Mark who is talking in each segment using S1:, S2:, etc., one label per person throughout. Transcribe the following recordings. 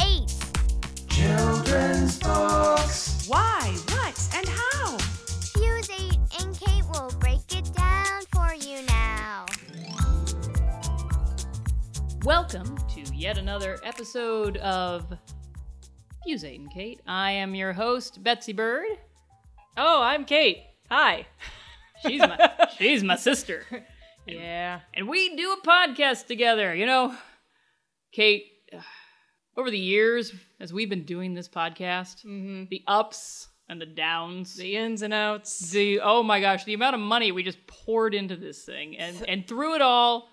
S1: 8.
S2: Children's books.
S3: Why, what, and how?
S1: Fuse 8 and Kate will break it down for you now.
S4: Welcome to yet another episode of Fuse 8 and Kate. I am your host, Betsy Bird.
S5: Oh, I'm Kate. Hi.
S4: She's my, she's my sister.
S5: Yeah.
S4: And we do a podcast together. You know, Kate, uh, over the years, as we've been doing this podcast, the ups and the downs,
S5: Mm-hmm. The ins and outs.
S4: the oh my gosh, the amount of money we just poured into this thing. And, and through it all,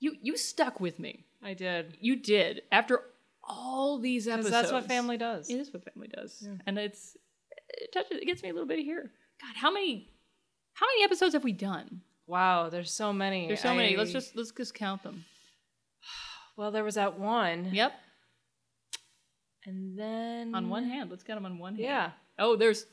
S4: you, you stuck with me.
S5: I did.
S4: You did. After all these
S5: Because
S4: episodes.
S5: that's what family does.
S4: It is what family does, and it's it touches. It gets me a little bit here. God, how many how many episodes have we done?
S5: Wow, there's so many.
S4: There's so many. Let's
S5: I-
S4: just let's just count them.
S5: Well, there was that one.
S4: Yep,
S5: And then
S4: on one hand. Let's count them on one hand.
S5: Yeah.
S4: Oh, there's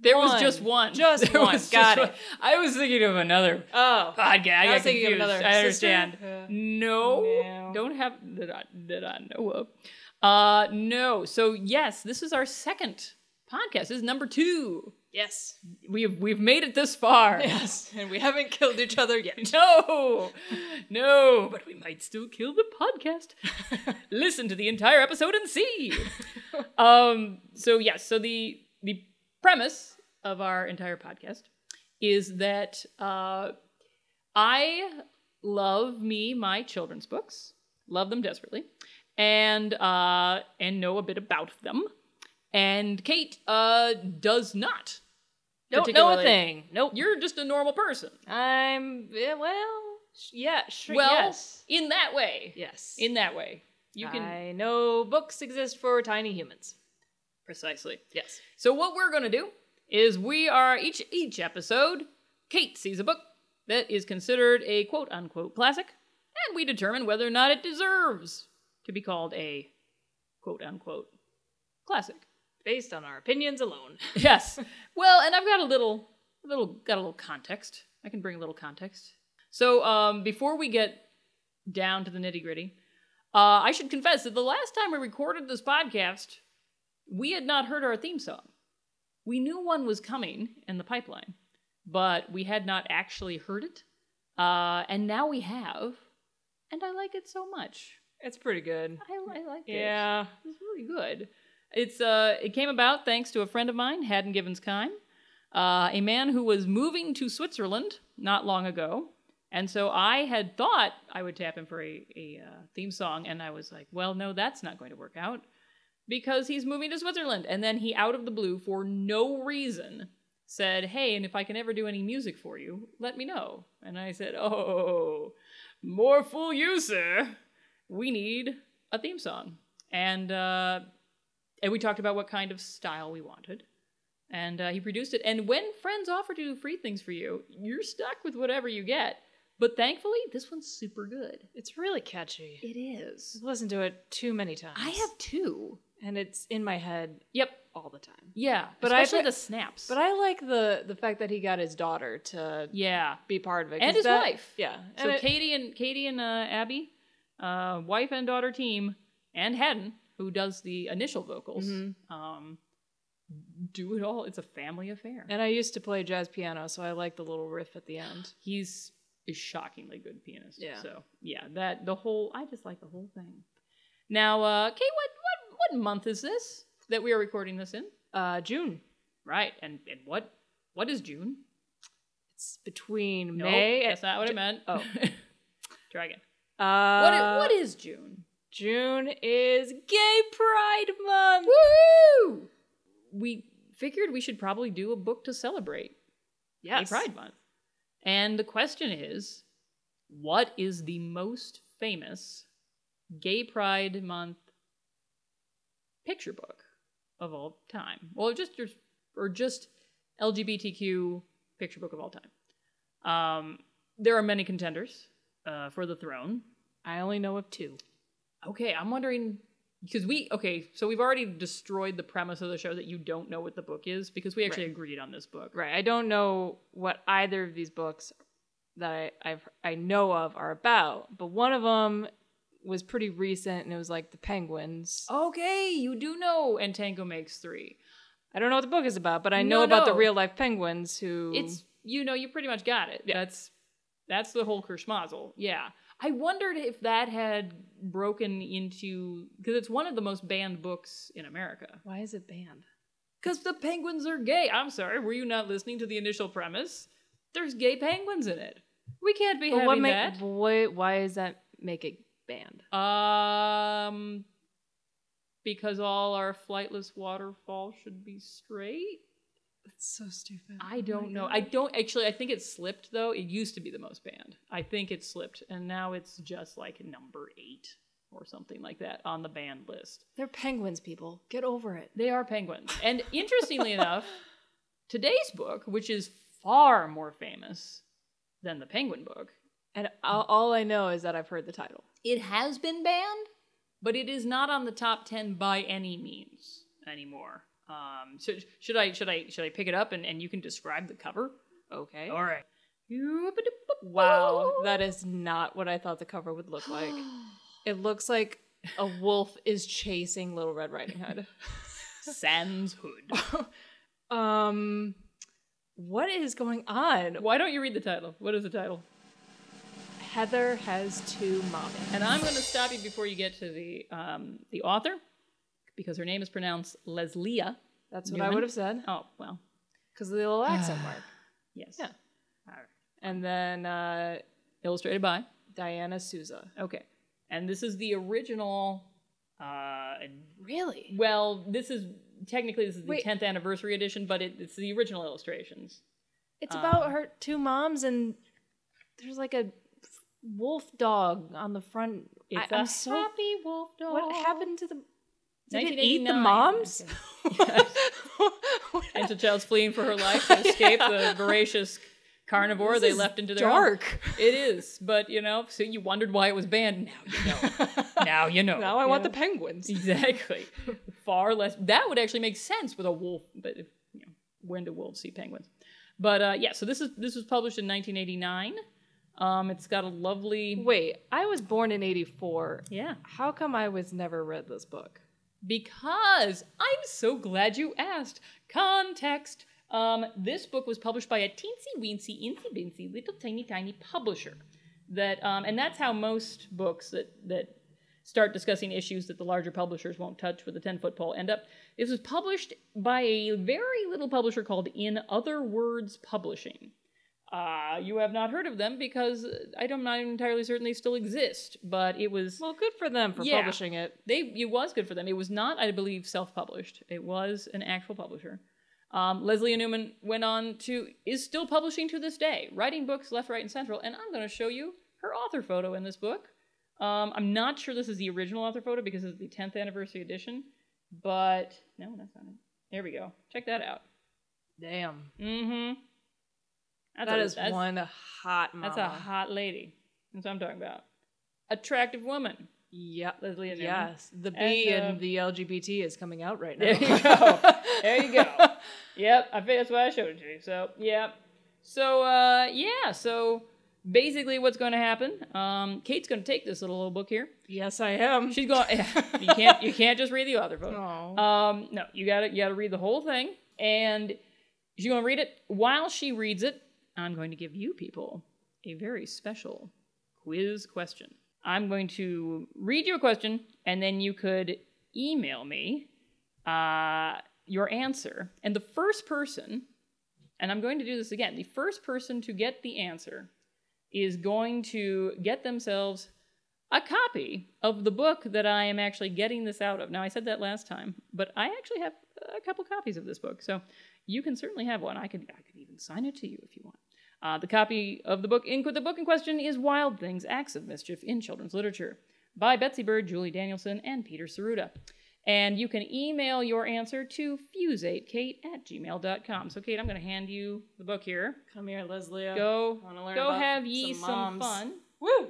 S4: there was
S5: One.
S4: just one.
S5: Just
S4: There
S5: one.
S4: was
S5: Got
S4: just
S5: it.
S4: one. I was thinking of another
S5: Oh.
S4: podcast. I,
S5: I
S4: got
S5: was thinking of
S4: confused.
S5: another
S4: I
S5: sister?
S4: understand.
S5: Yeah.
S4: No,
S5: No.
S4: don't have that I, that I know of. Uh, no. So yes, this is our second podcast. This is number two.
S5: Yes.
S4: We've we've made it this far.
S5: Yes. And we haven't killed each other yet.
S4: No, no, but we might still kill the podcast. Listen to the entire episode and see. um. So yes. so the the premise of our entire podcast is that uh, I love me my children's books, love them desperately, and uh, and know a bit about them. And Kate uh, does not.
S5: Don't know a
S4: particularly-
S5: thing. Nope.
S4: You're just a normal person.
S5: I'm. Yeah, well. sh- Yeah. Sure.
S4: Well,
S5: yes.
S4: in that way.
S5: Yes.
S4: In that way. You can
S5: I know books exist for tiny humans.
S4: precisely.
S5: Yes.
S4: So what we're going to do is we are each each episode Kate sees a book that is considered a quote unquote classic and we determine whether or not it deserves to be called a quote unquote classic.
S5: Based on our opinions alone.
S4: yes. Well, and I've got a little, a little, got a little context. I can bring a little context. So um, before we get down to the nitty gritty, uh, I should confess that the last time we recorded this podcast, we had not heard our theme song. We knew one was coming in the pipeline, but we had not actually heard it. Uh, and now we have, and I like it so much.
S5: It's pretty good.
S4: I, I like it.
S5: Yeah.
S4: It's really good. It's uh, it came about thanks to a friend of mine, Haddon Givens Kime, uh, a man who was moving to Switzerland not long ago, and so I had thought I would tap him for a, a uh, theme song, and I was like, well, no, that's not going to work out because he's moving to Switzerland, and then he out of the blue for no reason said, hey, and if I can ever do any music for you, let me know, and I said, oh, more fool you, sir. We need a theme song and uh, and we talked about what kind of style we wanted. And uh, he produced it. And when friends offer to do free things for you, you're stuck with whatever you get. But thankfully, this one's super good.
S5: It's really catchy.
S4: It is.
S5: I've listened to it too many times.
S4: I have two.
S5: and it's in my head
S4: Yep.
S5: all the time.
S4: Yeah. But
S5: But I-
S4: especially the snaps.
S5: But I like the the fact that he got his daughter to
S4: yeah.
S5: be part of it 'cause
S4: And his
S5: that-
S4: wife.
S5: Yeah.
S4: So
S5: And it-
S4: Katie and Katie and uh, Abby, uh, wife and daughter team, and Haddon, who does the initial vocals,
S5: Mhm.
S4: um, do it all. It's a family affair.
S5: and I used to play jazz piano, so I like the little riff at the end.
S4: he's a shockingly good pianist.
S5: Yeah.
S4: So yeah, that the whole I just like the whole thing. Now, uh, Kate, what what what month is this that we are recording this in?
S5: Uh, June.
S4: Right, and and what what is June?
S5: It's between
S4: No,
S5: May.
S4: that's not what I
S5: Ju-
S4: meant.
S5: oh.
S4: try again.
S5: Uh,
S4: What i- what is June?
S5: June is Gay Pride Month.
S4: Woo! We figured we should probably do a book to celebrate Gay
S5: Yes.
S4: Pride Month, and the question is, what is the most famous Gay Pride Month picture book of all time. Well, just or just LGBTQ picture book of all time. Um, there are many contenders uh, for the throne.
S3: I only know of two.
S4: Okay, I'm wondering because we okay, so we've already destroyed the premise of the show that you don't know what the book is because we actually
S3: Right.
S4: agreed on this book.
S3: Right. I don't know what either of these books that I, I've I know of are about, but one of them was pretty recent, and it was like the penguins.
S4: Oh. Okay, you do know and Tango makes three.
S3: I don't know what the book is about, but I know
S4: No,
S3: about the
S4: no.
S3: real life penguins who
S4: It's you know you pretty much got it. That's that's the whole Kerschmazel. Yeah, I wondered if that had broken into because it's one of the most banned books in America.
S3: why is it banned?
S4: Because the penguins are gay. I'm sorry, were you not listening to the initial premise? There's gay penguins in it. We can't be
S3: But
S4: having
S3: what make
S4: that.
S3: why why does that make it banned?
S4: Um, because all our flightless waterfall should be straight.
S3: That's so stupid.
S4: I don't know. I don't actually. I think it slipped though. It used to be the most banned. I think it slipped, and now it's just like number eight or something like that on the banned list.
S3: They're penguins, people. Get over it.
S4: They are penguins, and interestingly enough, today's book, which is far more famous than the penguin book,
S3: And all, all I know is that I've heard the title.
S4: it has been banned, but it is not on the top ten by any means anymore. Um, so should I should I should I pick it up and, and you can describe the cover?
S3: Okay.
S4: All right.
S3: Wow, that is not what I thought the cover would look like. It looks like a wolf is chasing Little Red Riding Hood.
S4: Sans Hood.
S3: Um, what is going on?
S4: Why don't you read the title? What is the title?
S3: Heather has two mommies.
S4: And I'm going to stop you before you get to the um, the author because her name is pronounced Leslia.
S3: That's what I
S4: Newman?
S3: would have said
S4: Oh well,
S3: because of the little accent mark.
S4: yes.
S3: Yeah. And then uh,
S4: Illustrated by
S3: Diana Souza.
S4: okay, and this is the original. Uh,
S3: Really?
S4: well, this is technically this is the
S3: Wait.
S4: tenth anniversary edition, but it, it's the original illustrations.
S3: It's
S4: Um,
S3: about her two moms and there's like a wolf dog on the front. I-
S4: It's a
S3: I'm so
S4: happy wolf dog.
S3: What happened to the? Did it eat the
S4: 1989.
S3: moms? What-
S4: And to child's fleeing for her life to escape the voracious carnivore
S3: This
S4: they
S3: is
S4: left into their own-
S3: dark.
S4: It is, but you know, so you wondered why it was banned. Now you know. now you know.
S3: Now I want
S4: You
S3: the penguins.
S4: know? exactly. Far less. That would actually make sense with a wolf, but if, you know, when do wolves see penguins? But uh, yeah, so this is this was published in 1989. Um, it's got a lovely.
S3: Wait, I was born in '84.
S4: Yeah.
S3: How come I was never read this book?
S4: Because I'm so glad you asked. Context. Um, this book was published by a teensy weensy, incy bincy, little tiny tiny publisher. That um, and that's how most books that that start discussing issues that the larger publishers won't touch with a ten foot pole end up. This was published by a very little publisher called In Other Words Publishing. Uh, you have not heard of them because I'm not entirely certain they still exist. But it was
S3: Well, good for them for
S4: Yeah.
S3: publishing it.
S4: they it was good for them. It was not, I believe, self-published. It was an actual publisher. Um, Leslie Newman went on to is still publishing to this day, writing books left, right, and central. And I'm going to show you her author photo in this book. Um, I'm not sure this is the original author photo because it's the 10th anniversary edition, but no, that's not it. There we go. Check that out.
S3: Damn,
S4: Mm-hmm. That's
S3: that
S4: a-
S3: is
S4: that's-
S3: one hot mama.
S4: That's a hot lady. That's what I'm talking about. Attractive woman,
S3: Yep.
S4: Leslie Newman.
S3: Yes, the B
S4: And, uh,
S3: and the LGBT is coming out right now.
S4: There you go. There you go. Yep, I think that's why I showed it to you. So, yep. So, uh, yeah. So, basically, what's going to happen? Um, Kate's going to take this little, little book here.
S3: yes, I am.
S4: She's going. you can't. You can't just read the author book.
S5: "Oh,
S3: Aw.
S4: Um, no, you got to. You got to read the whole thing, and she's going to read it. While she reads it, I'm going to give you people a very special quiz question. I'm going to read you a question, and then you could email me uh, your answer. And the first person, and I'm going to do this again, the first person to get the answer is going to get themselves a copy of the book that I am actually getting this out of. Now, I said that last time, but I actually have a couple copies of this book, so you can certainly have one. I could, I could even sign it to you if you want. Uh, the copy of the book in the book in question is Wild Things: Acts of Mischief in Children's Literature by Betsy Bird, Julie Danielson, and Peter Cerruta. And you can email your answer to fuse8kate at gmail.com. So, Kate, I'm going to hand you the book here.
S5: Come here, Leslie.
S4: Go,
S5: Wanna learn
S4: go
S5: about
S4: have ye
S5: some
S4: some
S5: moms.
S4: fun.
S5: Woo!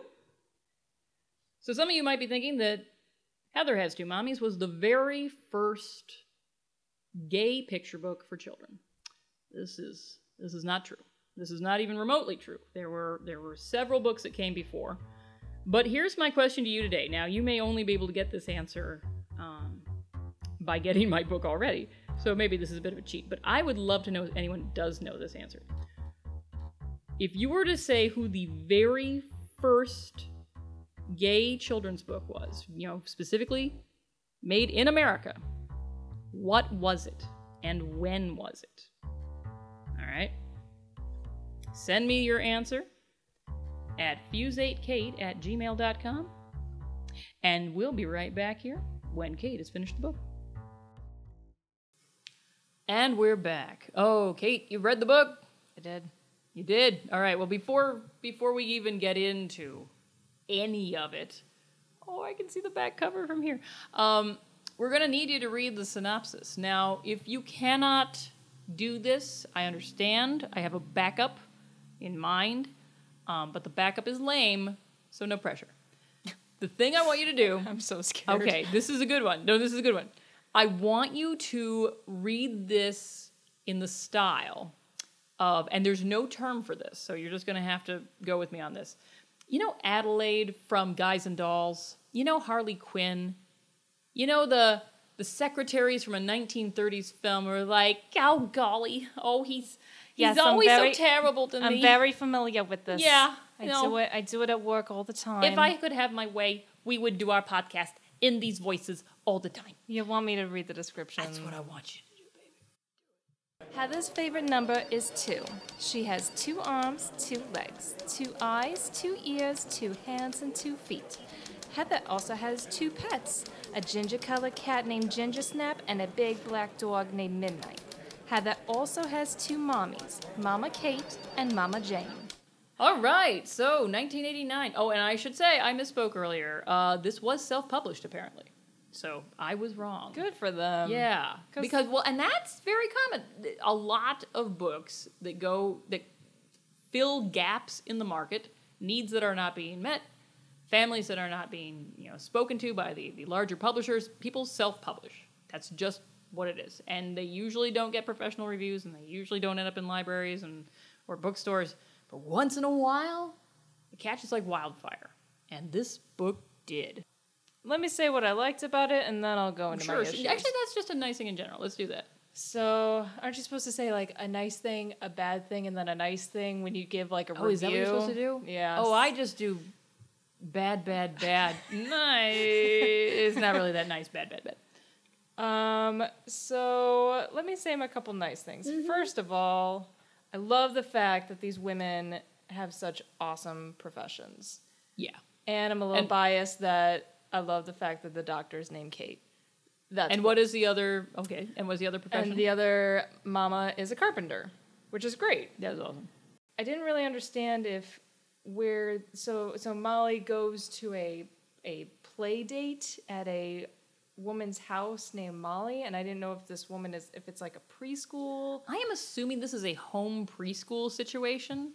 S4: So some of you might be thinking that Heather Has Two Mommies was the very first gay picture book for children. This is this is not true. This is not even remotely true. There were there were several books that came before. But here's my question to you today. Now you may only be able to get this answer um, by getting my book already, so maybe this is a bit of a cheat. But I would love to know if anyone does know this answer. If you were to say who the very first gay children's book was, you know, specifically made in America. What was it and when was it? All right. Send me your answer at fuse8kate at gmail.com and we'll be right back here when Kate has finished the book. And we're back. Oh, Kate, you've read the book?
S5: I did.
S4: You did. All right. Well, before before we even get into any of it, oh, I can see the back cover from here. Um, we're going to need you to read the synopsis. Now, if you cannot do this, I understand. I have a backup in mind, um, but the backup is lame, so no pressure. The thing I want you to do.
S5: I'm so scared.
S4: Okay, this is a good one. No, this is a good one. I want you to read this in the style of, and there's no term for this, so you're just going to have to go with me on this. You know Adelaide from Guys and Dolls. You know Harley Quinn. You know the the secretaries from a 1930s film are like, oh golly, oh he's he's
S5: Yes, I'm
S4: always
S5: very-
S4: so terrible to me.
S5: I'm very familiar with this.
S4: Yeah,
S5: I
S4: no.
S5: do it. I do it at work all the time.
S4: if I could have my way, we would do our podcast in these voices all the time.
S5: you want me to read the description,
S4: That's what I want you to do.
S5: Heather's favorite number is two. She has two arms, two legs, two eyes, two ears, two hands, and two feet. Heather also has two pets a ginger colored cat named Ginger Snap and a big black dog named Midnight. Heather also has two mommies, Mama Kate and Mama Jane.
S4: All right, so 1989. Oh, and I should say I misspoke earlier. Uh, this was self-published apparently, so I was wrong.
S5: Good for them.
S4: Yeah,
S5: 'Cause-
S4: because well, and that's very common. A lot of books that go that fill gaps in the market, needs that are not being met, families that are not being you know spoken to by the the larger publishers. People self-publish. That's just what it is, and they usually don't get professional reviews, and they usually don't end up in libraries and or bookstores. But once in a while, it catches like wildfire, and this book did.
S5: Let me say what I liked about it and then I'll go into
S4: Sure,
S5: my
S4: actually,
S5: issues.
S4: that's just a nice thing in general. Let's do that.
S5: So, aren't you supposed to say like a nice thing, a bad thing, and then a nice thing when you give like a
S4: Oh,
S5: review?
S4: is that what you're supposed to do?
S5: Yeah.
S4: Oh, I just do bad, bad, bad. nice. It's not really that nice. Bad, bad, bad.
S5: Um, so let me say a couple nice things. First of all, I love the fact that these women have such awesome professions.
S4: Yeah.
S5: And I'm a little
S4: And-
S5: biased that I love the fact that the doctor's named Kate. That's
S4: And what is the other? Okay. And was the other profession?
S5: and the other mama is a carpenter, which is great.
S4: that was awesome.
S5: I didn't really understand if where so so Molly goes to a a play date at a woman's house named Molly, and I didn't know if this woman is if it's like a preschool.
S4: I am assuming this is a home preschool situation.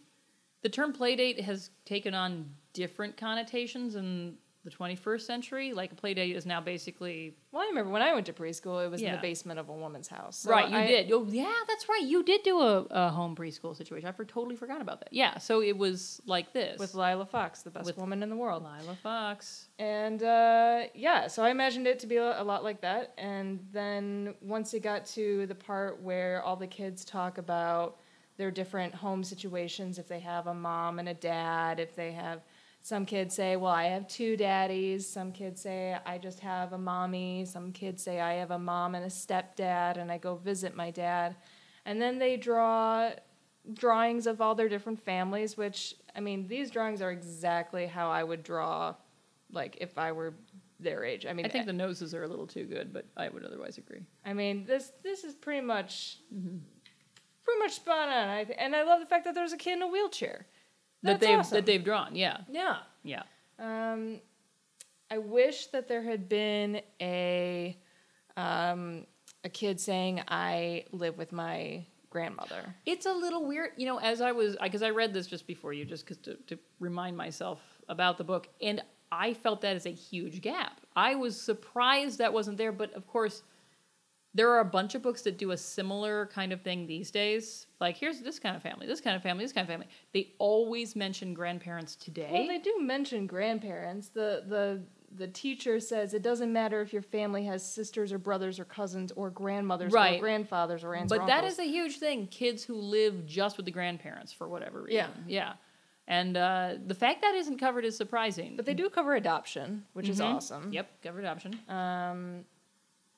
S4: The term playdate has taken on different connotations in the 21st century. Like a playdate is now basically
S5: Well, I remember when I went to preschool, it was in
S4: Yeah.
S5: the basement of a woman's house. So
S4: right, you
S5: I-
S4: did. Oh, yeah, that's right. You did do a, a home preschool situation. I for, totally forgot about that. Yeah, so it was like this
S5: with Lila Fox, the best
S4: With-
S5: woman in the world.
S4: Lila Fox.
S5: And uh, yeah, so I imagined it to be a a lot like that. And then once it got to the part where all the kids talk about their different home situations, if they have a mom and a dad, if they have some kids say, Well, I have two daddies. Some kids say, I just have a mommy. Some kids say, I have a mom and a stepdad, and I go visit my dad. And then they draw drawings of all their different families, which, I mean, these drawings are exactly how I would draw like if I were their age. I mean,
S4: I think the noses are a little too good, but I would otherwise agree.
S5: I mean this this is pretty much
S4: Mm-hmm.
S5: pretty much spot on. I th- and I love the fact that there's a kid in a wheelchair.
S4: that
S5: That's
S4: they've
S5: awesome.
S4: that they've drawn, yeah,
S5: Yeah.
S4: yeah.
S5: Um, I wish that there had been a a kid saying, I live with my grandmother.
S4: It's a little weird, you know, as I was, because I read this just before you, just 'cause to, to remind myself about the book, and I felt that as a huge gap. I was surprised that wasn't there, but of course, there are a bunch of books that do a similar kind of thing these days. Like, here's this kind of family, this kind of family, this kind of family. They always mention grandparents today.
S5: Well, they do mention grandparents. The, the, the teacher says it doesn't matter if your family has sisters or brothers or cousins or grandmothers
S4: Right.
S5: or grandfathers or aunts or
S4: But that
S5: uncles.
S4: is a huge thing. Kids who live just with the grandparents for whatever reason.
S5: Yeah.
S4: Yeah. And uh, the fact that isn't covered is surprising.
S5: But they do cover adoption, which is
S4: Mhm.
S5: awesome.
S4: Yep, covered option.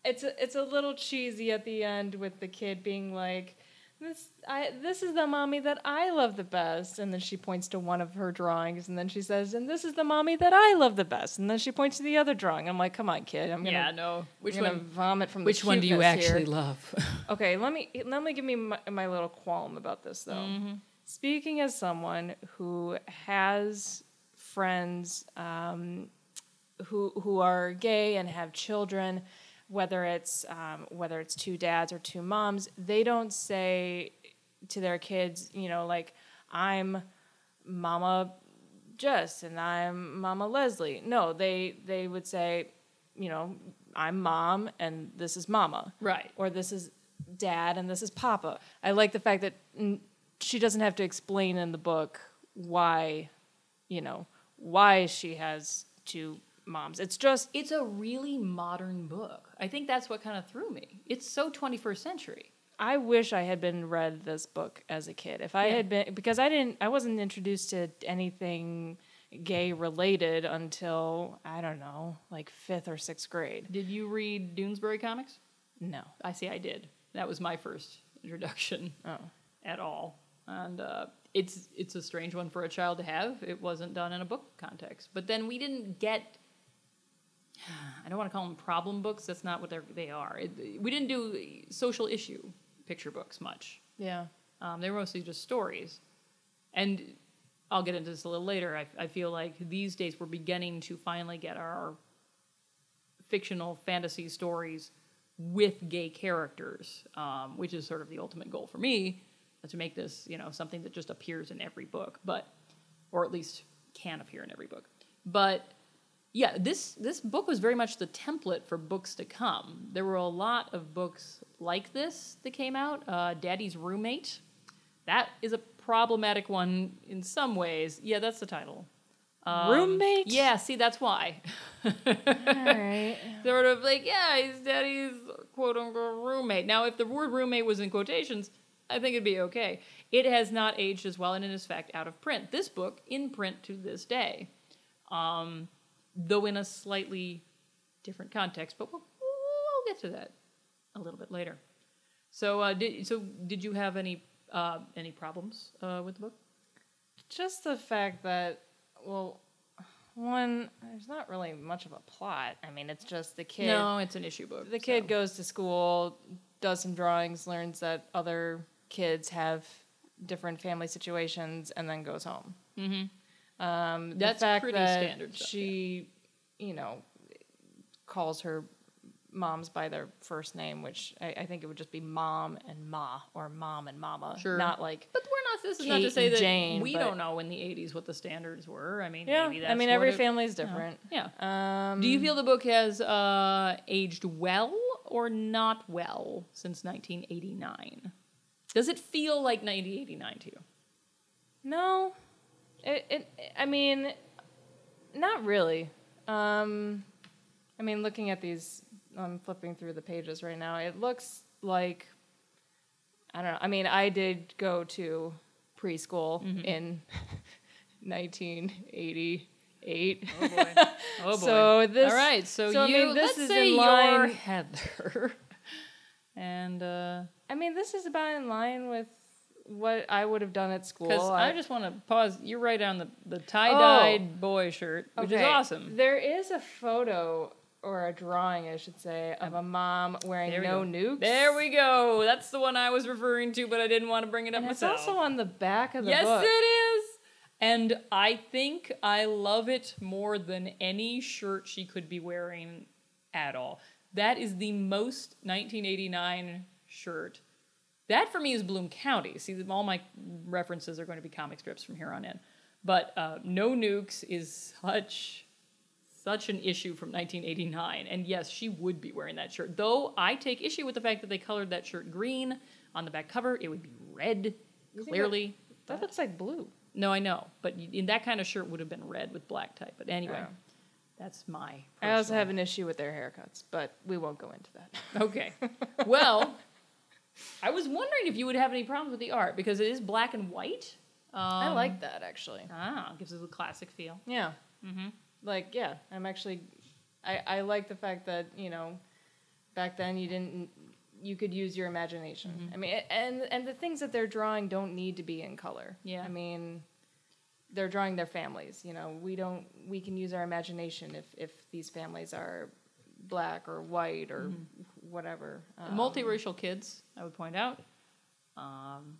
S5: It's a, it's a little cheesy at the end with the kid being like, "This I this is the mommy that I love the best," and then she points to one of her drawings, and then she says, "And this is the mommy that I love the best," and then she points to the other drawing. I'm like, "Come on, kid, I'm gonna,
S4: yeah, no. Which
S5: I'm gonna
S4: one?
S5: vomit from the
S4: Which one do you
S5: cuteness here."
S4: actually love?
S5: Okay, let me let me give me my, my little qualm about
S4: Mm.
S5: this though. Speaking as someone who has friends um, who who are gay and have children, whether it's um, whether it's two dads or two moms, they don't say to their kids, you know, like I'm Mama Jess and I'm Mama Leslie. No, they they would say, you know, I'm Mom and this is Mama
S4: right.
S5: or this is dad and this is papa. I like the fact that mm, she doesn't have to explain in the book why, you know, why she has two moms. It's just
S4: It's a really modern book. I think that's what kind of threw me. It's so 21st century.
S5: I wish I had been read this book as a kid. If I
S4: Yeah.
S5: had been because I didn't I wasn't introduced to anything gay related until I don't know, like 5th or 6th grade.
S4: Did you read Doonesbury comics?
S5: No.
S4: I see I did. That was my first introduction
S5: Oh.
S4: at all. And uh, it's it's a strange one for a child to have. It wasn't done in a book context. But then we didn't get I don't want to call them problem books. That's not what they're, they are. It, we didn't do social issue picture books much.
S5: Yeah.
S4: Um, they were mostly just stories. And I'll get into this a little later. I, I feel like these days we're beginning to finally get our fictional fantasy stories with gay characters, um, which is sort of the ultimate goal for me uh, to make this, you know, something that just appears in every book, but or at least can appear in every book. But yeah, this this book was very much the template for books to come. There were a lot of books like this that came out. Uh, Daddy's Roommate, that is a problematic one in some ways. Yeah, that's the title. Um,
S5: Roommate?
S4: Yeah, see, that's why.
S5: All right.
S4: sort of like, yeah, he's daddy's quote unquote roommate. Now, if the word roommate was in quotations, I think it'd be okay. It has not aged as well and it is, in fact, out of print. This book in print to this day, um, though in a slightly different context, but we'll, we'll get to that a little bit later. So, uh, did, so did you have any uh, any problems uh, with the book?
S5: just the fact that well one there's not really much of a plot i mean it's just the kid
S4: No, it's an issue book.
S5: the kid
S4: so.
S5: goes to school does some drawings learns that other kids have different family situations and then goes home mm-hmm. um, the
S4: That's
S5: fact
S4: pretty
S5: that
S4: standard stuff,
S5: she you know calls her moms by their first name which I, I think it would just be mom and ma or mom and mama
S4: Sure.
S5: not like
S4: But we're not. This is not
S5: Kate
S4: to say
S5: and
S4: that
S5: Jane,
S4: we
S5: but-
S4: don't know in the '80s what the standards were. I mean,
S5: yeah
S4: maybe that's
S5: i mean
S4: what
S5: every
S4: it-
S5: family is different
S4: Yeah.
S5: um,
S4: Do you feel the book has uh, aged well or not well since 1989? Does it feel like 1989 to you?
S5: No, it, it. I mean, not really. Um, I mean, looking at these, I'm flipping through the pages right now. It looks like I don't know. I mean, I did go to preschool
S4: Mm-hmm.
S5: in 1988.
S4: Oh boy. Oh boy.
S5: So this-
S4: All right. So,
S5: so, I
S4: you.
S5: mean,
S4: let's
S5: this is
S4: say
S5: in
S4: you're
S5: line-
S4: Heather. and uh
S5: I mean, this is about in line with what I would have done at school.
S4: 'cause I just want to pause. You're right on the the tie dyed boy shirt, which is
S5: Oh. Okay,
S4: awesome.
S5: There is a photo or a drawing, I should say, of a mom wearing
S4: Um, There we
S5: no
S4: go.
S5: nukes.
S4: There we go. That's the one I was referring to, but I didn't want to bring it up
S5: And it's
S4: myself.
S5: also on the back of the
S4: yes,
S5: book.
S4: it is. And I think I love it more than any shirt she could be wearing at all. That is the most 1989 shirt. That for me is Bloom County. See, all my references are going to be comic strips from here on in. But uh, No Nukes is such such an issue from 1989. And yes, she would be wearing that shirt. Though I take issue with the fact that they colored that shirt green on the back cover. It would be red,
S5: think that-
S4: clearly.
S5: That looks like blue.
S4: No, I know, but y- in that kind of shirt would have been red with black type. But anyway,
S5: Oh.
S4: that's my.
S5: I also
S4: personal-
S5: have an issue with their haircuts, but we won't go into that.
S4: Okay, well, I was wondering if you would have any problems with the art because it is black and white. Um,
S5: I like that actually.
S4: Ah, gives it a classic feel.
S5: Yeah. Mm-hmm. Like, yeah, I'm actually, I, I like the fact that, you know, back then you didn't, you could use your imagination. I mean, a- and, and the things that they're drawing don't need to be in color.
S4: Yeah.
S5: I mean, they're drawing their families, you know, we don't, we can use our imagination if, if these families are black or white or whatever. Um,
S4: Multiracial kids, I would point out, um,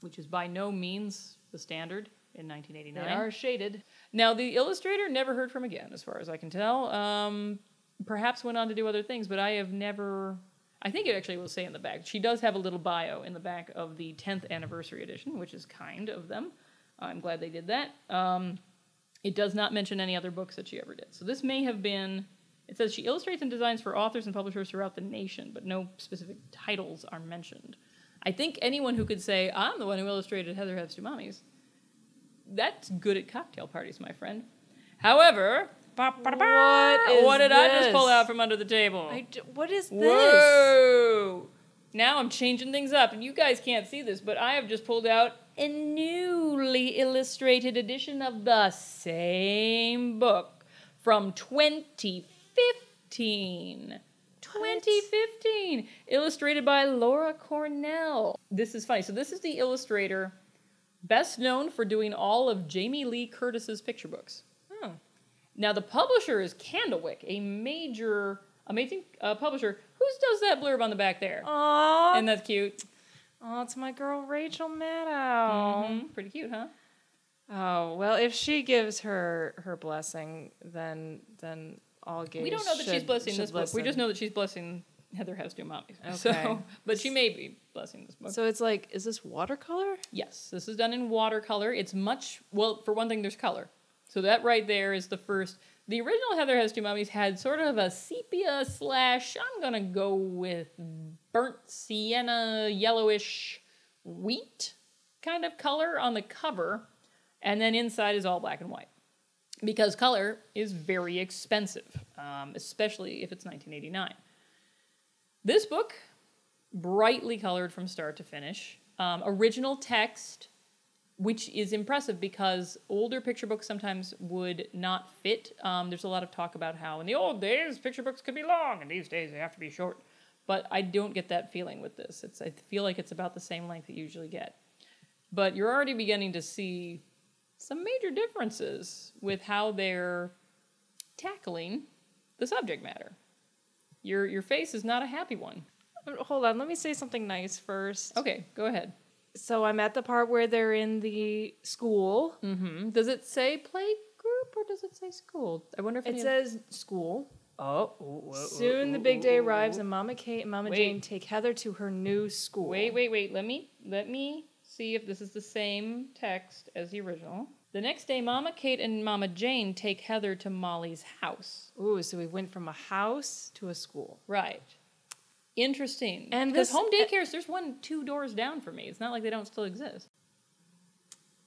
S4: which is by no means the standard in
S5: they
S4: 1989.
S5: are shaded.
S4: Now, the illustrator never heard from again, as far as I can tell. Um, perhaps went on to do other things, but I have never. I think it actually will say in the back. She does have a little bio in the back of the 10th anniversary edition, which is kind of them. I'm glad they did that. Um, it does not mention any other books that she ever did. So this may have been. It says she illustrates and designs for authors and publishers throughout the nation, but no specific titles are mentioned. I think anyone who could say, I'm the one who illustrated Heather Have Tsumamis, that's good at cocktail parties, my friend. However, what,
S5: is
S4: did I just
S5: this?
S4: pull out from under the table?
S5: I d- what is this?
S4: Whoa! Now I'm changing things up, and you guys can't see this, but I have just pulled out a newly illustrated edition of the same book from 2015. 2015, illustrated by Laura Cornell. This is funny. So, this is the illustrator best known for doing all of Jamie Lee Curtis's picture books. Now the publisher is Candlewick, a major, amazing uh, publisher. Who does that blurb on the back there?
S5: Aw.
S4: And that's cute.
S5: Oh, it's my girl Rachel Maddow.
S4: Mhm, Pretty cute, huh?
S5: Oh well, if she gives her her blessing, then then all gays.
S4: We don't know that she's
S5: should-
S4: blessing
S5: should
S4: this book. We
S5: listen.
S4: just know that she's blessing Heather has two mommies.
S5: Okay.
S4: So, but she may be blessing this book.
S5: So it's like, is this watercolor?
S4: Yes, this is done in watercolor. It's much well, for one thing, there's color. So that right there is the first. The original Heather Has Two Mummies had sort of a sepia slash. I'm gonna go with burnt sienna, yellowish wheat kind of color on the cover, and then inside is all black and white because color is very expensive, um, especially if it's 1989. This book brightly colored from start to finish. Um, original text, which is impressive because older picture books sometimes would not fit. Um, there's a lot of talk about how in the old days picture books could be long and these days they have to be short. But I don't get that feeling with this. It's I feel like it's about the same length that you usually get. But you're already beginning to see some major differences with how they're tackling the subject matter. Your your face is not a happy one.
S5: Hold on, let me say something nice first.
S4: Okay, go ahead.
S5: So I'm at the part where they're in the school.
S4: Mm-hmm. Does it say play group or does it say school? I wonder if
S5: It
S4: any of-
S5: says school.
S4: Oh,
S5: Soon the big day arrives, and Mama Kate and Mama
S4: Wait.
S5: Jane take Heather to her new school.
S4: wait, wait, wait. Let me let me see if this is the same text as the original. The next day, Mama Kate and Mama Jane take Heather to Molly's house.
S5: Ooh, so we went from a house to a school.
S4: Right. Interesting.
S5: And
S4: because
S5: this-
S4: home daycares, there's one two doors down from me. It's not like they don't still exist.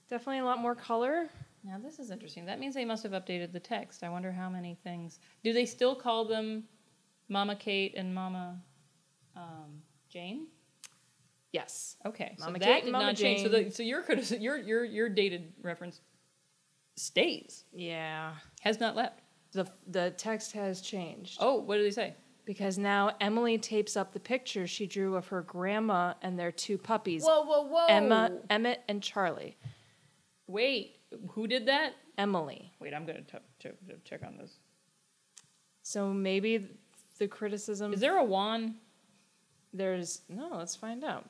S5: Definitely a lot more color.
S4: Now this is interesting. That means they must have updated the text. I wonder how many things. Do they still call them Mama Kate and Mama um, Jane?
S5: Yes.
S4: Okay, so
S5: Mama Kate
S4: that
S5: and
S4: did
S5: Mama
S4: not change. So,
S5: Jane.
S4: the, so your, criti- your your your dated reference stays
S5: Yeah.
S4: has not left.
S5: The the text has changed.
S4: Oh, what did they say?
S5: Because now Emily tapes up the picture she drew of her grandma and their two puppies,
S4: whoa, whoa!
S5: Emma, Emmett, and Charlie.
S4: wait, who did that?
S5: Emily.
S4: Wait, I'm gonna t- t- t- check on this.
S5: So maybe the criticism
S4: Is there a wand?
S5: there's no. Let's find out.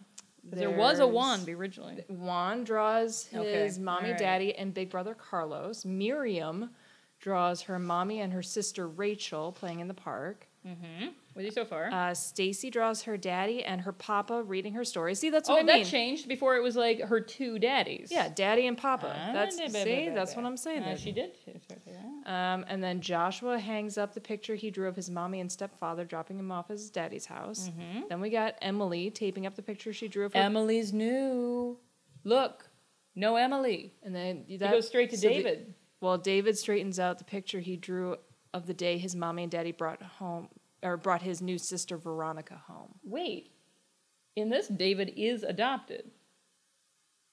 S4: 'Cause There was a
S5: There's-
S4: wand originally.
S5: Juan draws his
S4: Okay,
S5: mommy,
S4: alright.
S5: daddy, and big brother Carlos. Miriam draws her mommy and her sister Rachel playing in the park.
S4: With you so far.
S5: Uh, Stacy draws her daddy and her papa reading her story. See, that's
S4: oh,
S5: what I
S4: that
S5: mean.
S4: changed. Before it was like her two daddies.
S5: Yeah, daddy and papa.
S4: Ah,
S5: that's
S4: da- da- da-
S5: see,
S4: da-
S5: that's
S4: da.
S5: what I'm saying.
S4: Uh,
S5: there.
S4: she did. She- she- yeah.
S5: Um, and then Joshua hangs up the picture he drew of his mommy and stepfather dropping him off at his daddy's house.
S4: Mm-hmm.
S5: Then we got Emily taping up the picture she drew of her.
S4: Emily's new. Look, no Emily.
S5: and then
S4: He
S5: that
S4: goes straight to
S5: so the-
S4: David.
S5: well, David straightens out the picture he drew of the day his mommy and daddy brought home or brought his new sister Veronica home.
S4: Wait, in this, David is adopted,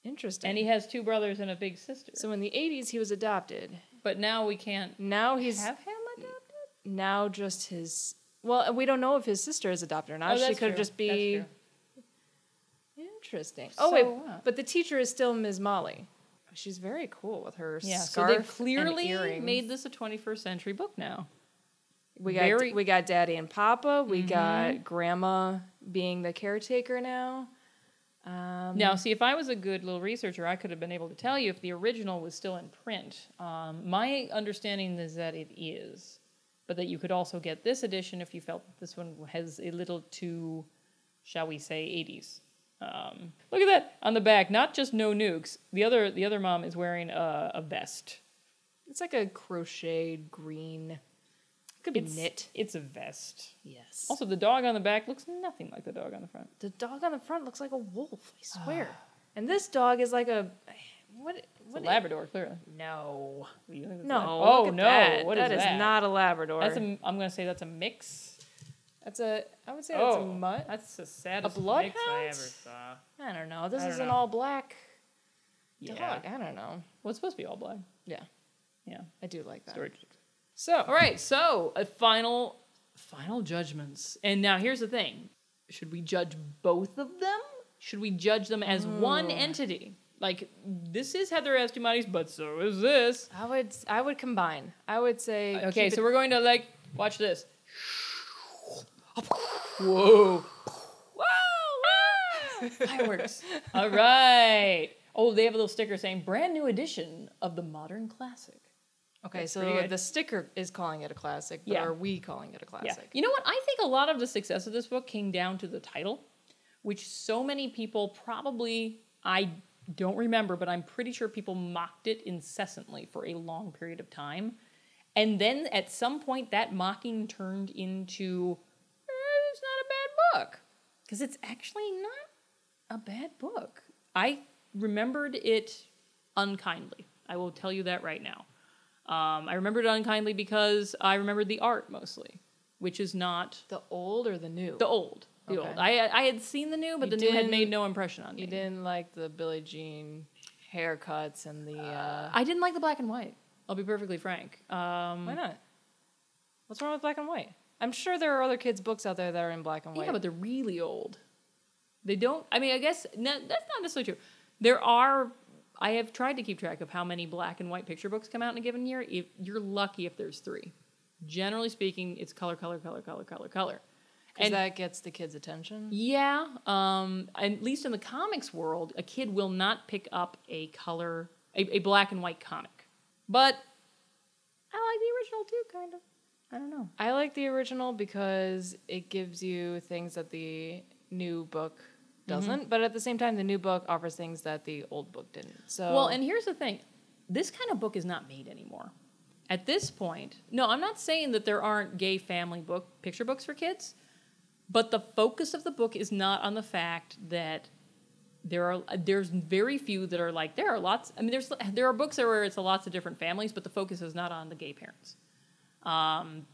S5: Interesting.
S4: and he has two brothers and a big sister.
S5: so in the 80s he was adopted.
S4: but now we can't
S5: Now he's
S4: have him adopted.
S5: now just his well, we don't know if his sister is adopted or not. she
S4: Oh, that's
S5: could
S4: true.
S5: just
S4: That's
S5: be
S4: true.
S5: Interesting. Oh wait,
S4: So, wow.
S5: but the teacher is still Ms. Molly. She's very cool with her
S4: Yeah, so
S5: scarf
S4: they clearly
S5: and earrings.
S4: made this a 21st century book now.
S5: we got
S4: very- Mm-hmm.
S5: we got Daddy and Papa. We got Grandma being the caretaker now. Um,
S4: Now, see, if I was a good little researcher, I could have been able to tell you if the original was still in print. Um, my understanding is that it is, but that you could also get this edition if you felt that this one has a little too, shall we say, 80s. Um, look at that on the back. Not just no nukes. The other the other mom is wearing a, a vest.
S5: It's like a crocheted green. Could be
S4: It's
S5: knit.
S4: It's a vest.
S5: Yes.
S4: Also, the dog on the back looks nothing like the dog on the front.
S5: the dog on the front looks like a wolf. I swear. Ah. and this dog is like a what?
S4: It's a
S5: What?
S4: Labrador, clearly.
S5: no.
S4: You think it's a
S5: No.
S4: lab-
S5: Oh no.
S4: What
S5: that is
S4: that?
S5: not a Labrador.
S4: That's a, I'm gonna say that's a mix. Oh,
S5: That's a. I would say that's a mutt.
S4: That's the saddest
S5: A bloodhound?
S4: mix I ever saw.
S5: I don't know. This
S4: I don't
S5: is an
S4: know.
S5: all black
S4: Yeah.
S5: dog. I don't know.
S4: Well, it's supposed to be all black.
S5: Yeah,
S4: Yeah.
S5: I do like that.
S4: Storage.
S5: So,
S4: All right. So a final, final judgments. And now here's the thing: should we judge both of them? Should we judge them as
S5: Hmm.
S4: one entity? Like this is Heather Estimades, but so is this.
S5: I would I would combine. I would say
S4: Okay,
S5: keep
S4: so
S5: it-
S4: we're going to like watch this. Whoa. Whoa! Fireworks. All right. Oh, they have a little sticker saying brand new edition of the modern classic.
S5: okay.
S4: that's pretty
S5: So
S4: good.
S5: the sticker is calling it a classic, but
S4: Yeah.
S5: are we calling it a
S4: Yeah.
S5: classic?
S4: You know what? I think a lot of the success of this book came down to the title, which so many people probably I don't remember, but I'm pretty sure people mocked it incessantly for a long period of time. And then at some point that mocking turned into "Eh, it's not a bad book. Because it's actually not a bad book. I remembered it unkindly. I will tell you that right now. Um, I remembered it unkindly because I remembered the art mostly, which is not
S5: The old or the new?
S4: the old. The
S5: Okay.
S4: old. I I had seen the new, but
S5: You
S4: the new had
S5: didn't-
S4: made no impression on me.
S5: you didn't like the Billie Jean haircuts and the. Uh,
S4: I didn't like the black and white. I'll be perfectly frank. Um,
S5: why not? What's wrong with black and white? I'm sure there are other kids' books out there that are in black and white.
S4: Yeah, but they're really old. They don't. I mean, I guess no, that's not necessarily true. There are. I have tried to keep track of how many black and white picture books come out in a given year. If you're lucky, if there's three. Generally speaking, it's color, color, color, color, color, color.
S5: 'Cause
S4: and-
S5: that gets the kids' attention.
S4: Yeah, um, at least in the comics world, a kid will not pick up a color, a, a black and white comic. But I like the original too, kind of. I don't know.
S5: I like the original because it gives you things that the new book doesn't, but at the same time, the new book offers things that the old book didn't. So,
S4: Well, and here's the thing this kind of book is not made anymore. At this point, no, I'm not saying that there aren't gay family book picture books for kids, but the focus of the book is not on the fact that there are there's very few that are like there are lots. I mean, there's there are books where it's lots of different families, but the focus is not on the gay parents. Um,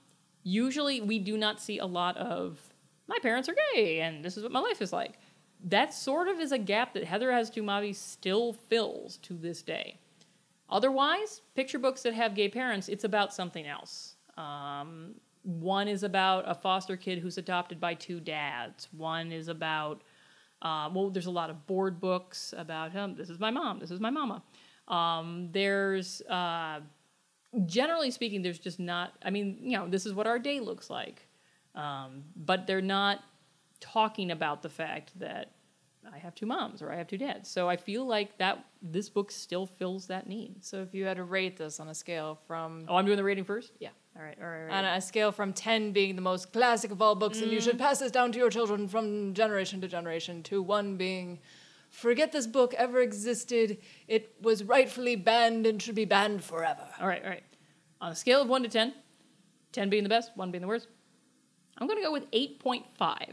S4: usually, we do not see a lot of my parents are gay, and this is what my life is like. That sort of is a gap that Heather has to Mavi still fills to this day. Otherwise, picture books that have gay parents, it's about something else. Um, one is about a foster kid who's adopted by two dads. One is about, uh, well, there's a lot of board books about him. This is my mom. This is my mama. Um, there's, uh, generally speaking, there's just not, I mean, you know, this is what our day looks like. Um, but they're not talking about the fact that I have two moms or I have two dads. So I feel like that this book still fills that need.
S5: so if you had to rate this on a scale from,
S4: Oh, I'm doing the rating first?
S5: yeah,
S6: All right, all right, all right.
S5: On a scale from 10 being the most classic of all books, and you should pass this down to your children from generation to generation, to 1 being, forget this book ever existed, it was rightfully banned and should be banned forever.
S4: All right, all right. On a scale of 1 to 10, 10 being the best, 1 being the worst, I'm going to go with 8.5.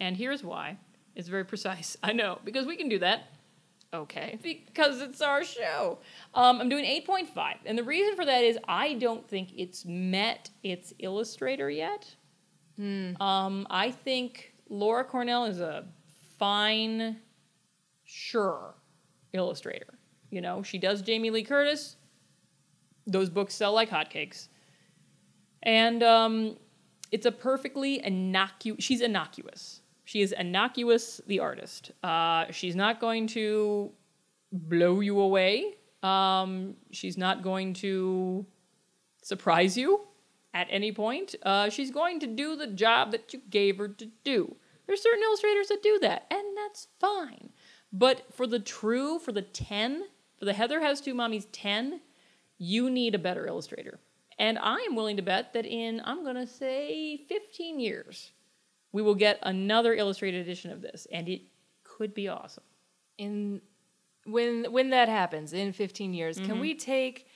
S4: And here's why. It's very precise. I know, because we can do that. Okay. Because it's our show. Um, I'm doing 8.5. And the reason for that is I don't think it's met its illustrator yet. Um, I think Laura Cornell is a fine, sure illustrator. You know, she does Jamie Lee Curtis. Those books sell like hotcakes. And um, it's a perfectly innocuous, she's innocuous. She is innocuous, the artist. Uh, she's not going to blow you away. Um, she's not going to surprise you at any point. Uh, she's going to do the job that you gave her to do. There's certain illustrators that do that, and that's fine. But for the true, for the 10, for the Heather Has Two Mommies 10, you need a better illustrator. And I am willing to bet that in, I'm going to say 15 years, we will get another illustrated edition of this, and it could be awesome.
S5: in when when that happens in 15 years
S4: Mm-hmm.
S5: can we take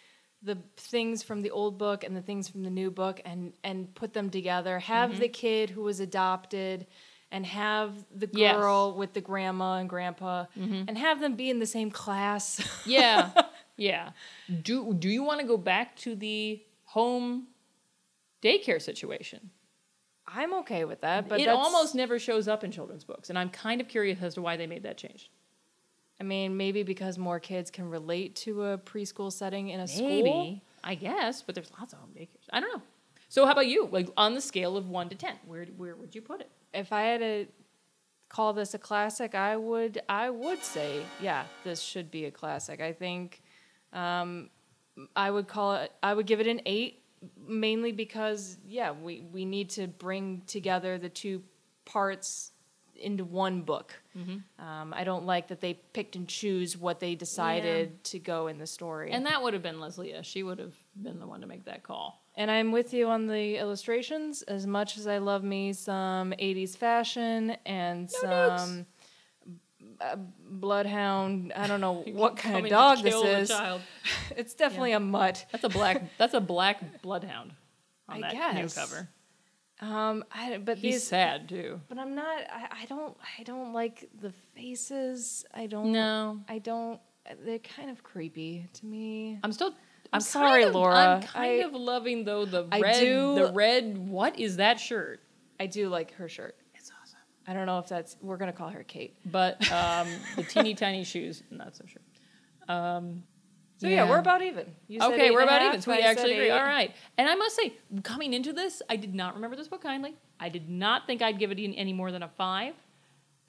S5: the things from the old book and the things from the new book and and put them together have
S4: Mm-hmm.
S5: the kid who was adopted and have the
S4: Yes. Mm-hmm.
S5: girl with the grandma and grandpa and have them be in the same class
S4: Yeah, yeah. Do Do you want to go back to the home daycare situation?
S5: i'm okay with that but
S4: it
S5: that's-
S4: almost never shows up in children's books, and I'm kind of curious as to why they made that change.
S5: i mean maybe because more kids can relate to a preschool setting in a school
S4: Maybe I guess, but there's lots of home daycares. I don't know. So how about you? Like on the scale of one to ten, where where would you put it?
S5: if I had to call this a classic, I would I would say yeah, this should be a classic. I think um, I would call it I would give it an eight mainly because yeah we we need to bring together the two parts into one book. Um, I don't like that they picked and choose what they decided to go in the story.
S4: And that would have been Leslie. She would have been the one to make that call.
S5: And I'm with you on the illustrations. As much as I love me some 80s fashion and
S4: nukes.
S5: some uh, bloodhound, I don't know what kind of
S4: Coming to
S5: dog this
S4: kill the
S5: is.
S4: child.
S5: It's definitely a mutt.
S4: That's a black. that's a black bloodhound on
S5: I
S4: that
S5: guess.
S4: new cover.
S5: Um, I, but
S4: He's
S5: these,
S4: sad too.
S5: but I'm not. I, I don't. I don't like the faces. I don't.
S4: No.
S5: I don't. They're kind of creepy to me.
S4: I'm still. I'm, kind
S5: sorry,
S4: of-
S5: Laura.
S4: I'm kind
S5: I-
S4: of loving though the
S5: I
S4: red.
S5: do-
S4: The red. What is that shirt?
S5: I do like her shirt.
S4: It's awesome.
S5: I don't know if that's. We're gonna call her Kate.
S4: But um, the teeny tiny shoes. Not so sure. Um,
S5: So yeah,
S6: Yeah.
S5: we're about even. You said eight
S4: Okay,
S5: and
S4: we're
S5: a
S4: about
S5: half,
S4: even. So we
S5: I said
S4: actually agree.
S5: eight.
S4: All right. And I must say, coming into this, I did not remember this book kindly. I did not think I'd give it an- any more than a five.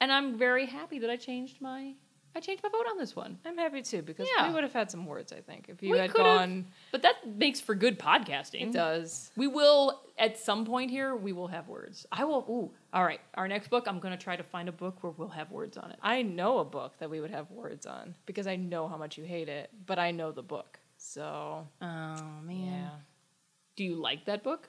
S4: And I'm very happy that I changed my. I changed my vote on this one.
S5: I'm happy too because
S4: Yeah.
S5: we would have had some words, I think, if you
S4: We
S5: had
S4: could've-
S5: gone.
S4: But that makes for good podcasting.
S5: It does.
S4: We will at some point here. We will have words. I will. Ooh. All right. Our next book. I'm gonna try to find a book where we'll have words on it.
S5: I know a book that we would have words on because I know how much you hate it, but I know the book. So
S4: Oh
S5: yeah,
S4: Do you like that book?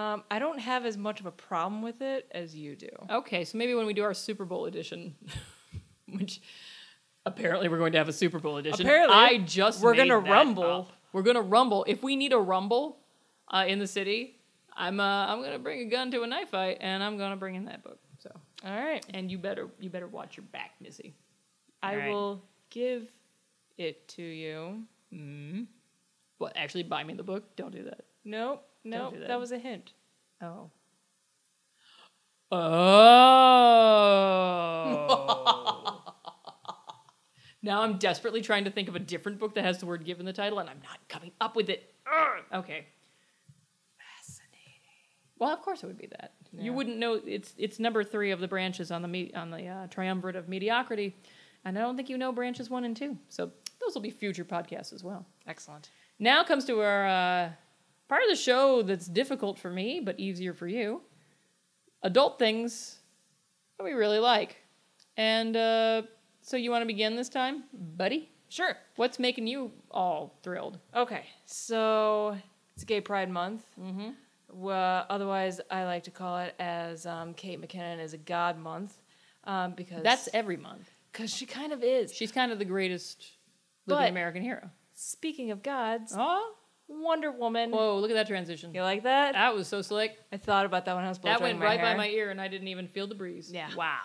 S5: um, I don't have as much of a problem with it as you do.
S4: Okay. So maybe when we do our Super Bowl edition, which apparently we're going to have a Super Bowl edition.
S5: Apparently.
S4: I just
S5: We're
S4: made
S5: gonna
S4: that
S5: rumble.
S4: up. We're gonna rumble. If we need a rumble uh, in the city, I'm uh, I'm gonna bring a gun to a knife fight, and I'm gonna bring in that book. So
S5: All right,
S4: and you better you better watch your back, Missy.
S5: I
S4: All right.
S5: will give it to you.
S4: Well, actually, buy me the book. Don't do that.
S5: Nope, nope,
S4: do
S5: that.
S4: that.
S5: was a hint.
S4: Oh. Oh. now I'm desperately trying to think of a different book that has the word give in the title, and I'm not coming up with it. Ugh. Okay. Fascinating. Well, of course it would be that. You wouldn't know it's it's number three of the branches on the me, on the uh, triumvirate of mediocrity, and I don't think you know branches one and two. So those will be future podcasts as well.
S5: Excellent.
S4: Now comes to our uh, part of the show that's difficult for me, but easier for you. Adult things that we really like. And uh, so you want to begin this time, buddy?
S5: Sure.
S4: What's making you all thrilled?
S5: Okay, so It's Gay Pride Month. Mm-hmm. Well, otherwise, I like to call it as um, Kate McKinnon is a God Month um, because
S4: That's every month.
S5: because she kind of is.
S4: She's kind of the greatest living
S5: But-
S4: American hero.
S5: Speaking of gods,
S4: Oh,
S5: Wonder Woman.
S4: whoa! Look at that transition.
S5: You like that?
S4: That was so slick.
S5: I thought about that when I was blow
S4: That went right by
S5: hair.
S4: my ear, and I didn't even feel the breeze.
S5: Yeah.
S4: Wow.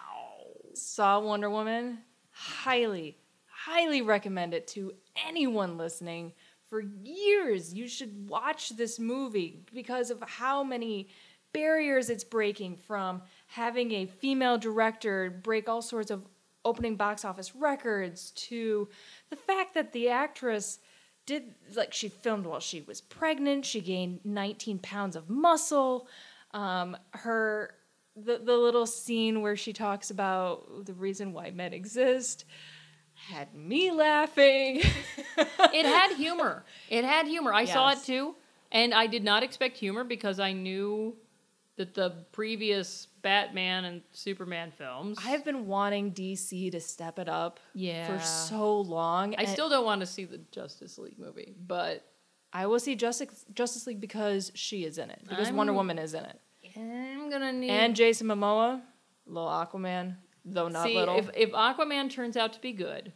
S5: Saw Wonder Woman. Highly, highly recommend it to anyone listening. For years, you should watch this movie because of how many barriers it's breaking from having a female director break all sorts of opening box office records to the fact that the actress did like she filmed while she was pregnant. She gained 19 pounds of muscle. Um, her the the little scene where she talks about the reason why men exist had me laughing.
S4: it had humor. It had humor. I saw it
S5: Yes.
S4: too, and I did not expect humor because I knew that the previous Batman and Superman films.
S5: I've been wanting DC to step it up
S4: Yeah.
S5: for so long.
S4: I
S5: and
S4: still don't want to see the Justice League movie, but
S5: I will see Justice Justice League because she is in it. Because
S4: I'm-
S5: Wonder Woman is in it.
S4: I'm gonna need.
S5: And Jason Momoa, little Aquaman, though not
S4: see,
S5: little.
S4: if if Aquaman turns out to be good,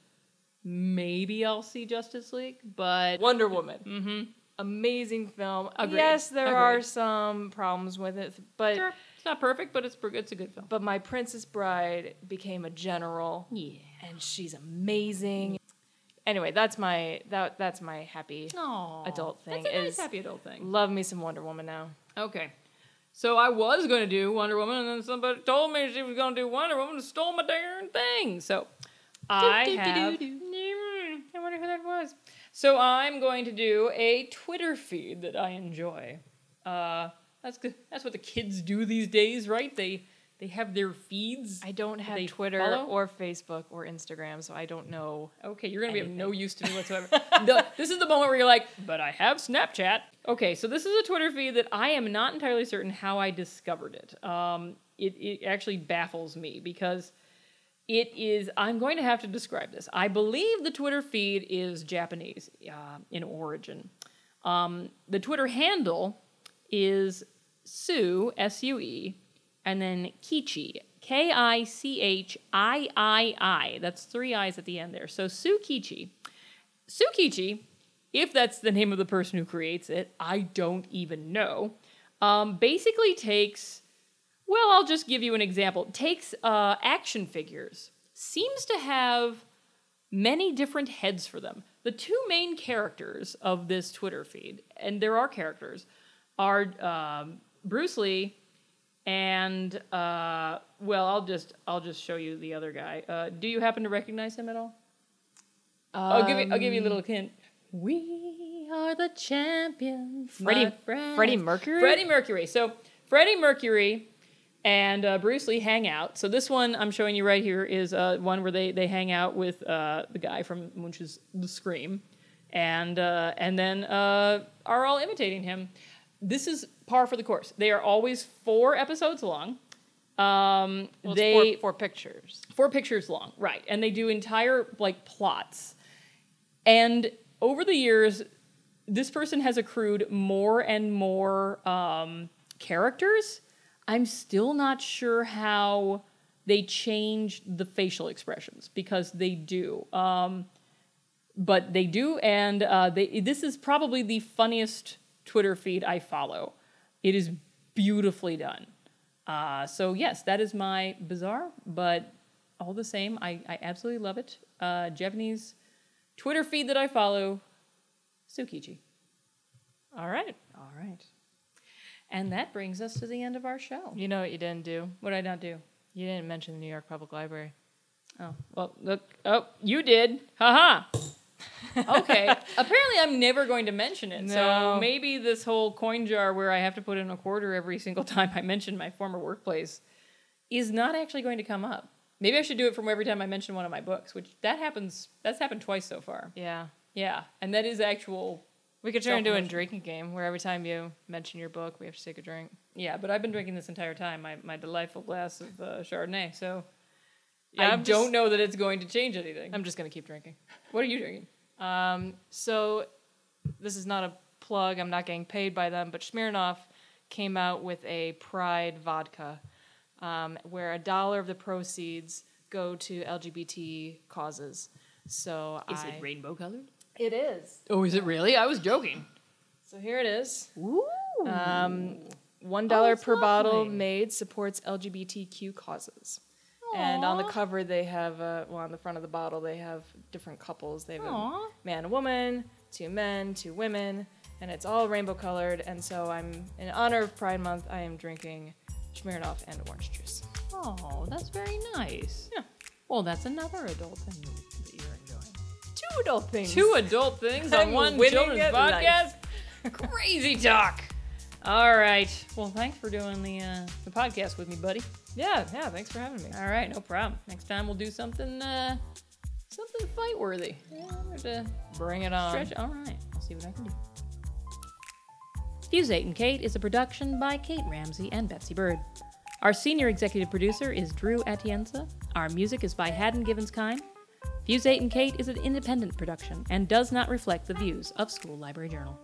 S4: maybe I'll see Justice League. But
S5: Wonder Woman.
S4: Mm,
S5: Mm-hmm. Amazing film.
S4: Agreed.
S5: Yes, there are
S4: Agreed.
S5: some problems with it, but
S4: Sure, it's not perfect, but it's pr- it's a good film.
S5: but my Princess Bride became a general,
S4: Yeah.
S5: and she's amazing. Anyway, that's my that that's my happy.
S4: Aww.
S5: Adult thing
S4: That's a nice
S5: is-
S4: happy adult thing.
S5: Love me some Wonder Woman now.
S4: Okay. So I was going to do Wonder Woman, and then somebody told me she was going to do Wonder Woman and stole my darn thing. So I
S5: do, do,
S4: have. Mm, I wonder who that was. So I'm going to do a Twitter feed that I enjoy. Uh, that's good. That's what the kids do these days, right? They they have their feeds.
S5: I don't have
S4: They
S5: Twitter
S4: follow?
S5: or Facebook or Instagram, so I don't know.
S4: Okay, you're gonna be of no use to me whatsoever. The- this is the moment where you're like, but I have Snapchat. Okay, so this is a Twitter feed that I am not entirely certain how I discovered it. Um, it, it actually baffles me because it is. I'm going to have to describe this. I believe the Twitter feed is Japanese uh, in origin. Um, the Twitter handle is Sue S U E, and then Kichi K I C H I I I. That's three I's at the end there. So Sue Kichi, Sue Kichi, if that's the name of the person who creates it, I don't even know. Um, basically takes. Well, I'll just give you an example. Takes uh, action figures. Seems to have many different heads for them. The two main characters of this Twitter feed, and there are characters, are um, Bruce Lee and uh, well, I'll just I'll just show you the other guy. Uh, do you happen to recognize him at all? I'll give you I'll give you a little hint. We are the champions.
S5: Freddie-
S4: my friends.
S5: Freddie Mercury?
S4: Freddie Mercury. So Freddie Mercury and uh, Bruce Lee hang out. So this one I'm showing you right here is uh, one where they they hang out with uh, the guy from Munch's The Scream, and uh, and then uh, are all imitating him. This is par for the course. They are always four episodes long. Um,
S5: Well, it's
S4: they
S5: four, four pictures.
S4: four pictures long, right? And they do entire like plots. And over the years, this person has accrued more and more um, characters. I'm still not sure how they change the facial expressions because they do. Um, but they do, and uh, they, this is probably the funniest Twitter feed I follow. It is beautifully done. Uh, so yes, that is my bizarre, but all the same, I, I absolutely love it. Uh, Japanese Twitter feed that I follow, Tsukiji.
S5: All right.
S4: All right. And that brings us to the end of our show.
S5: You know what you didn't do?
S4: What did I not do?
S5: You didn't mention the New York Public Library.
S4: Oh, well, look. Oh, you did. Haha. okay. Apparently, I'm never going to mention it. So
S5: No.
S4: maybe this whole coin jar where I have to put in a quarter every single time I mention my former workplace is not actually going to come up. Maybe I should do it from every time I mention one of my books, which that happens. That's happened twice so far.
S5: Yeah.
S4: Yeah, and that is actual.
S5: We could turn into a
S4: Self-promotion.
S5: drinking game where every time you mention your book, we have to take a drink.
S4: Yeah, but I've been drinking this entire time my my delightful glass of uh, Chardonnay. So
S5: Yeah,
S4: I
S5: I'm
S4: don't
S5: just-
S4: know that it's going to change anything.
S5: I'm just going to keep drinking.
S4: what are you drinking?
S5: Um, so this is not a plug. I'm not getting paid by them, but Smirnoff came out with a Pride vodka, um, where a dollar of the proceeds go to LGBT causes. So
S4: Is
S5: I,
S4: it rainbow colored?
S5: it is.
S4: Oh, is it really? I was joking.
S5: So here it is.
S4: Ooh.
S5: Um, One dollar
S4: it's
S5: per bottle
S4: Oh, lovely.
S5: made supports LGBTQ causes. And on the
S4: Aw.
S5: cover, they have uh, well on the front of the bottle, they have different couples. They have
S4: Aw.
S5: a man, a woman, two men, two women, and it's all rainbow colored. And so I'm in honor of Pride Month. I am drinking Smirnoff and orange juice.
S4: Oh, that's very nice.
S5: Yeah,
S4: Well, that's another adult thing that you're enjoying.
S5: two adult things.
S4: Two adult things on
S5: I'm
S4: one
S5: winning
S4: children's
S5: at life.
S4: podcast. Crazy talk. All right. Well, thanks for doing the uh, the podcast with me, buddy.
S5: Yeah, yeah. Thanks for having me.
S4: All right, no problem. Next time we'll do something uh, something fight worthy. Yeah, I'm gonna
S5: Bring it on.
S4: Stretch. All right. I'll see what I can do. Fuse 8 and Kate is a production by Kate Ramsey and Betsy Bird. Our senior executive producer is Drew Atienza. Our music is by Haddon Givens Kime. Fuse 8 and Kate is an independent production and does not reflect the views of School Library Journal.